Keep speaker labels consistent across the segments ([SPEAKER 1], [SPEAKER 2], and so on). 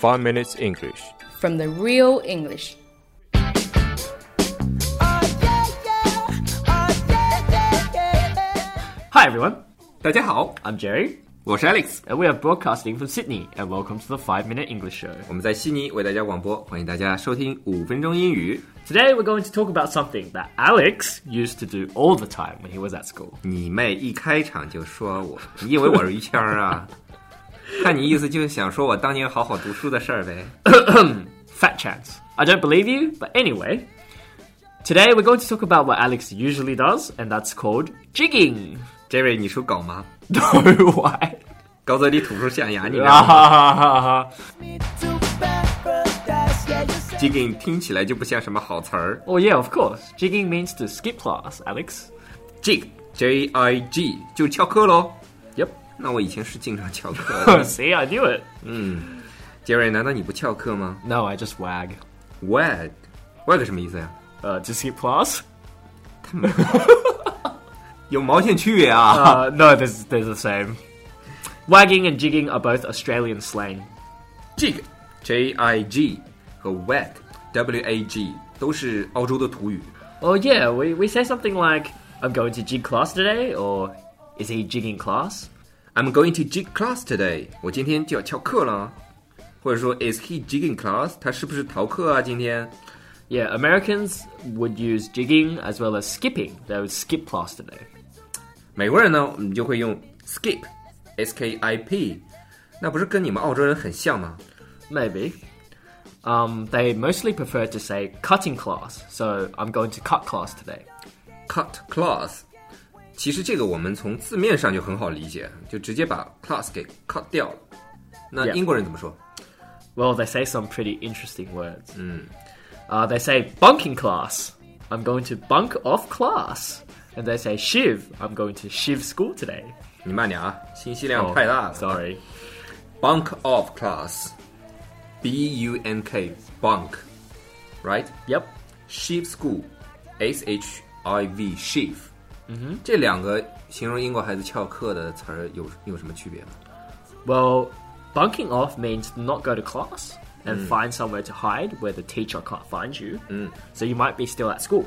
[SPEAKER 1] Five Minutes English.
[SPEAKER 2] from the real English.
[SPEAKER 3] Hi everyone. 大家好，I'm Jerry，我是 Alex and we are broadcasting from Sydney and welcome to the Five Minute English Show.
[SPEAKER 1] 我们在悉尼为大家广播，欢迎大家收听五分钟英语。
[SPEAKER 3] Today we're going to talk about something that Alex used to do all the time when he was at school.
[SPEAKER 1] 你妹！一开场就说我，你以为我是于谦儿 啊？看你意思就是想说我当年好好读书的事儿呗。
[SPEAKER 3] Fat chance. I don't believe you, but anyway. Today we're going to talk about what Alex usually does, and that's called jigging.
[SPEAKER 1] Jerry，你属狗 吗？
[SPEAKER 3] No, why?
[SPEAKER 1] 高泽里吐出象牙，你知道吗
[SPEAKER 3] oh
[SPEAKER 1] ？Jigging 听起来就不像什么好词儿。
[SPEAKER 3] yeah, of course. Jigging means to skip class, Alex.
[SPEAKER 1] Jig J I G 就翘课喽。
[SPEAKER 3] Yep.
[SPEAKER 1] 那我以前是经常翘课
[SPEAKER 3] Oh,
[SPEAKER 1] 的。
[SPEAKER 3] see, I knew it.
[SPEAKER 1] Jerry，难道你不翘课吗
[SPEAKER 3] No, I just wag.
[SPEAKER 1] ？Wag Wag 什么意思呀？
[SPEAKER 3] Uh, to skip class?
[SPEAKER 1] 有毛线区 别啊
[SPEAKER 3] Uh, no, they're, they're the same. Wagging and jigging are both Australian slang.
[SPEAKER 1] Jig J I G 和 Wag W A G 都是澳洲的土语。
[SPEAKER 3] Oh, yeah, we, we say something like, I'm going to jig class today, or is he jigging class?
[SPEAKER 1] I'm going to jig class today。我今天就要翘课了。或者说，Is he jigging class？他是不是逃课啊？今天
[SPEAKER 3] Yeah, Americans would use jigging as well as skipping. They would skip class today.
[SPEAKER 1] 美国人呢，我们就会用 skip，S K I P，那不是跟你们澳洲人很像吗？
[SPEAKER 3] Maybe. Um, they mostly prefer to say cutting class, so I'm going to cut class today.
[SPEAKER 1] cut class。其实这个我们从字面上就很好理解，就直接把 class 给 cut 掉了。那
[SPEAKER 3] Yeah
[SPEAKER 1] 英国人怎么说
[SPEAKER 3] Well, they say some pretty interesting words. Uh, they say bunking class. I'm going to bunk off class. And they say shiv. I'm going to shiv school today. Oh,
[SPEAKER 1] 你慢点啊，信息
[SPEAKER 3] 哦
[SPEAKER 1] 量太大了。
[SPEAKER 3] Sorry.
[SPEAKER 1] bunk off class，B U N K bunk，right？
[SPEAKER 3] Yep.
[SPEAKER 1] Shiv School，S H I V Shiv。嗯哼，这两个形容英国孩子翘课的词儿有有什么区别吗？
[SPEAKER 3] Well, bunking off means not go to class and find somewhere to hide where the teacher can't find you. So you might be still at school.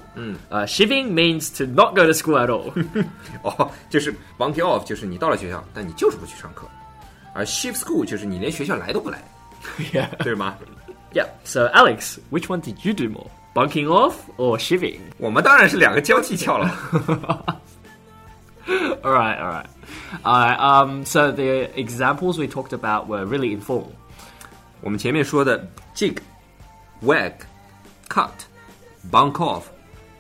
[SPEAKER 3] Uh, shiving means to not go to school at all.
[SPEAKER 1] 哦，就是 bunk off，就是你到了学校，但你就是不去上课；而 Shiv School 就是你连学校来都不 来，
[SPEAKER 3] yeah.
[SPEAKER 1] 对吗？
[SPEAKER 3] Yep. So, Alex, which one did you do more? Bunking off or shiving?
[SPEAKER 1] 我们当然是两个交替翘了。
[SPEAKER 3] All right, all right. All right. Um, so the examples we talked about were really informal.
[SPEAKER 1] 我们前面说的 jig、wag、cut、bunk off，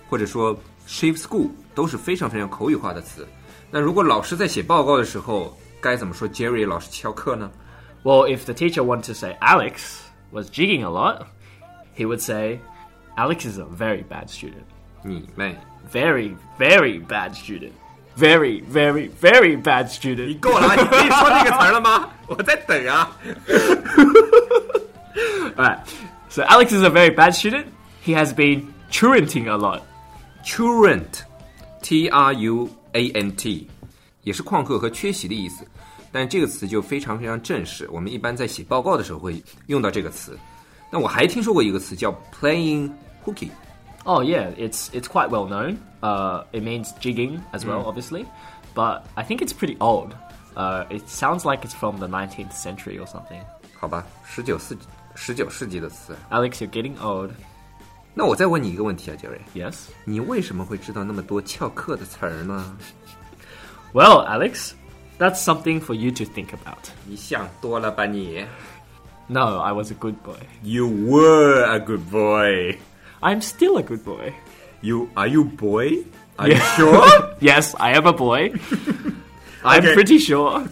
[SPEAKER 1] 或者说 shift school 都是非常非常口语化的词。那如果老师在写报告的时候，该怎么说 Jerry 老师翘课呢？
[SPEAKER 3] Well, if the teacher wanted to say Alex was jigging a lot, he would say, Alex is a very bad student.
[SPEAKER 1] 你妹，
[SPEAKER 3] Very, very bad student. Very, very, very bad
[SPEAKER 1] 你
[SPEAKER 3] student.
[SPEAKER 1] 够了啊，你可以说这个词儿了吗？我在等啊。
[SPEAKER 3] All right. So Alex is a very bad student. He has been truanting a lot.
[SPEAKER 1] Truant，T R U A N T，也是旷课和缺席的意思，但这个词就非常非常正式。我们一般在写报告的时候会用到这个词。那我还听说过一个词叫 playing hooky，
[SPEAKER 3] Oh yeah, it's it's quite well known. Uh, it means jigging as well, obviously, but I think it's pretty old. Uh, it sounds like it's from the 19th century or something.
[SPEAKER 1] 好吧，十九世十九世纪的词。
[SPEAKER 3] Alex, you're getting old.
[SPEAKER 1] 那我再问你一个问题啊，杰瑞，
[SPEAKER 3] Yes.
[SPEAKER 1] 你为什么会知道那么多翘课的词儿呢？
[SPEAKER 3] Well, Alex, that's something for you to think about.
[SPEAKER 1] 你想多了吧你。
[SPEAKER 3] No, I was a good boy.
[SPEAKER 1] You were a good boy.
[SPEAKER 3] I'm still a good boy.
[SPEAKER 1] You are you boy? Are you
[SPEAKER 3] Yeah.
[SPEAKER 1] sure?
[SPEAKER 3] Yes, I am a boy. I'm
[SPEAKER 1] Okay.
[SPEAKER 3] pretty sure.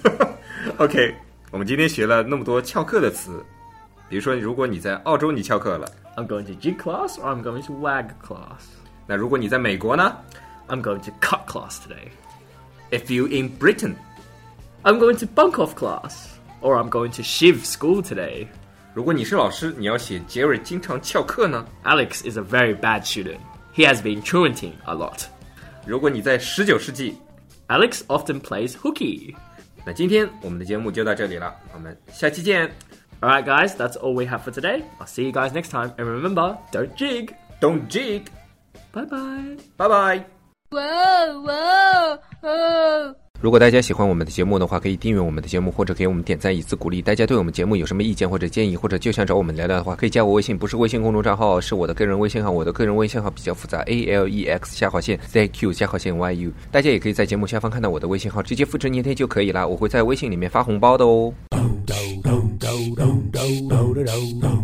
[SPEAKER 1] OK，我们今天学了那么多翘课的词，比如说，如果你在澳洲你翘课了，
[SPEAKER 3] I'm going to jig class or I'm going to wag class.
[SPEAKER 1] 那如果你在美国呢
[SPEAKER 3] I'm going to cut class today.
[SPEAKER 1] ？If you in Britain，
[SPEAKER 3] I'm going to bunk off class or I'm going to shiv school today.
[SPEAKER 1] 如果你是老师，你要写杰瑞经常翘课呢。
[SPEAKER 3] Alex is a very bad student. He has been truanting a lot.
[SPEAKER 1] 如果你在十九世纪，
[SPEAKER 3] Alex often plays hooky.
[SPEAKER 1] 那今天我们的节目就到这里了，我们下期见。
[SPEAKER 3] All right, guys, that's all we have for today. I'll see you guys next time, and remember, don't jig.
[SPEAKER 1] Don't jig.
[SPEAKER 3] Bye bye.
[SPEAKER 1] 拜拜。
[SPEAKER 2] Whoa, whoa, whoa.
[SPEAKER 1] 如果大家喜欢我们的节目的话，可以订阅我们的节目，或者给我们点赞以资鼓励。大家对我们节目有什么意见或者建议，或者就想找我们聊聊的话，可以加我微信，不是微信公众账号，是我的个人微信号。我的个人微信号比较复杂，A L E X 下划线 Z Q 下划线 Y U。大家也可以在节目下方看到我的微信号，直接复制粘贴就可以啦。我会在微信里面发红包的哦。
[SPEAKER 4] do do do do do do do do do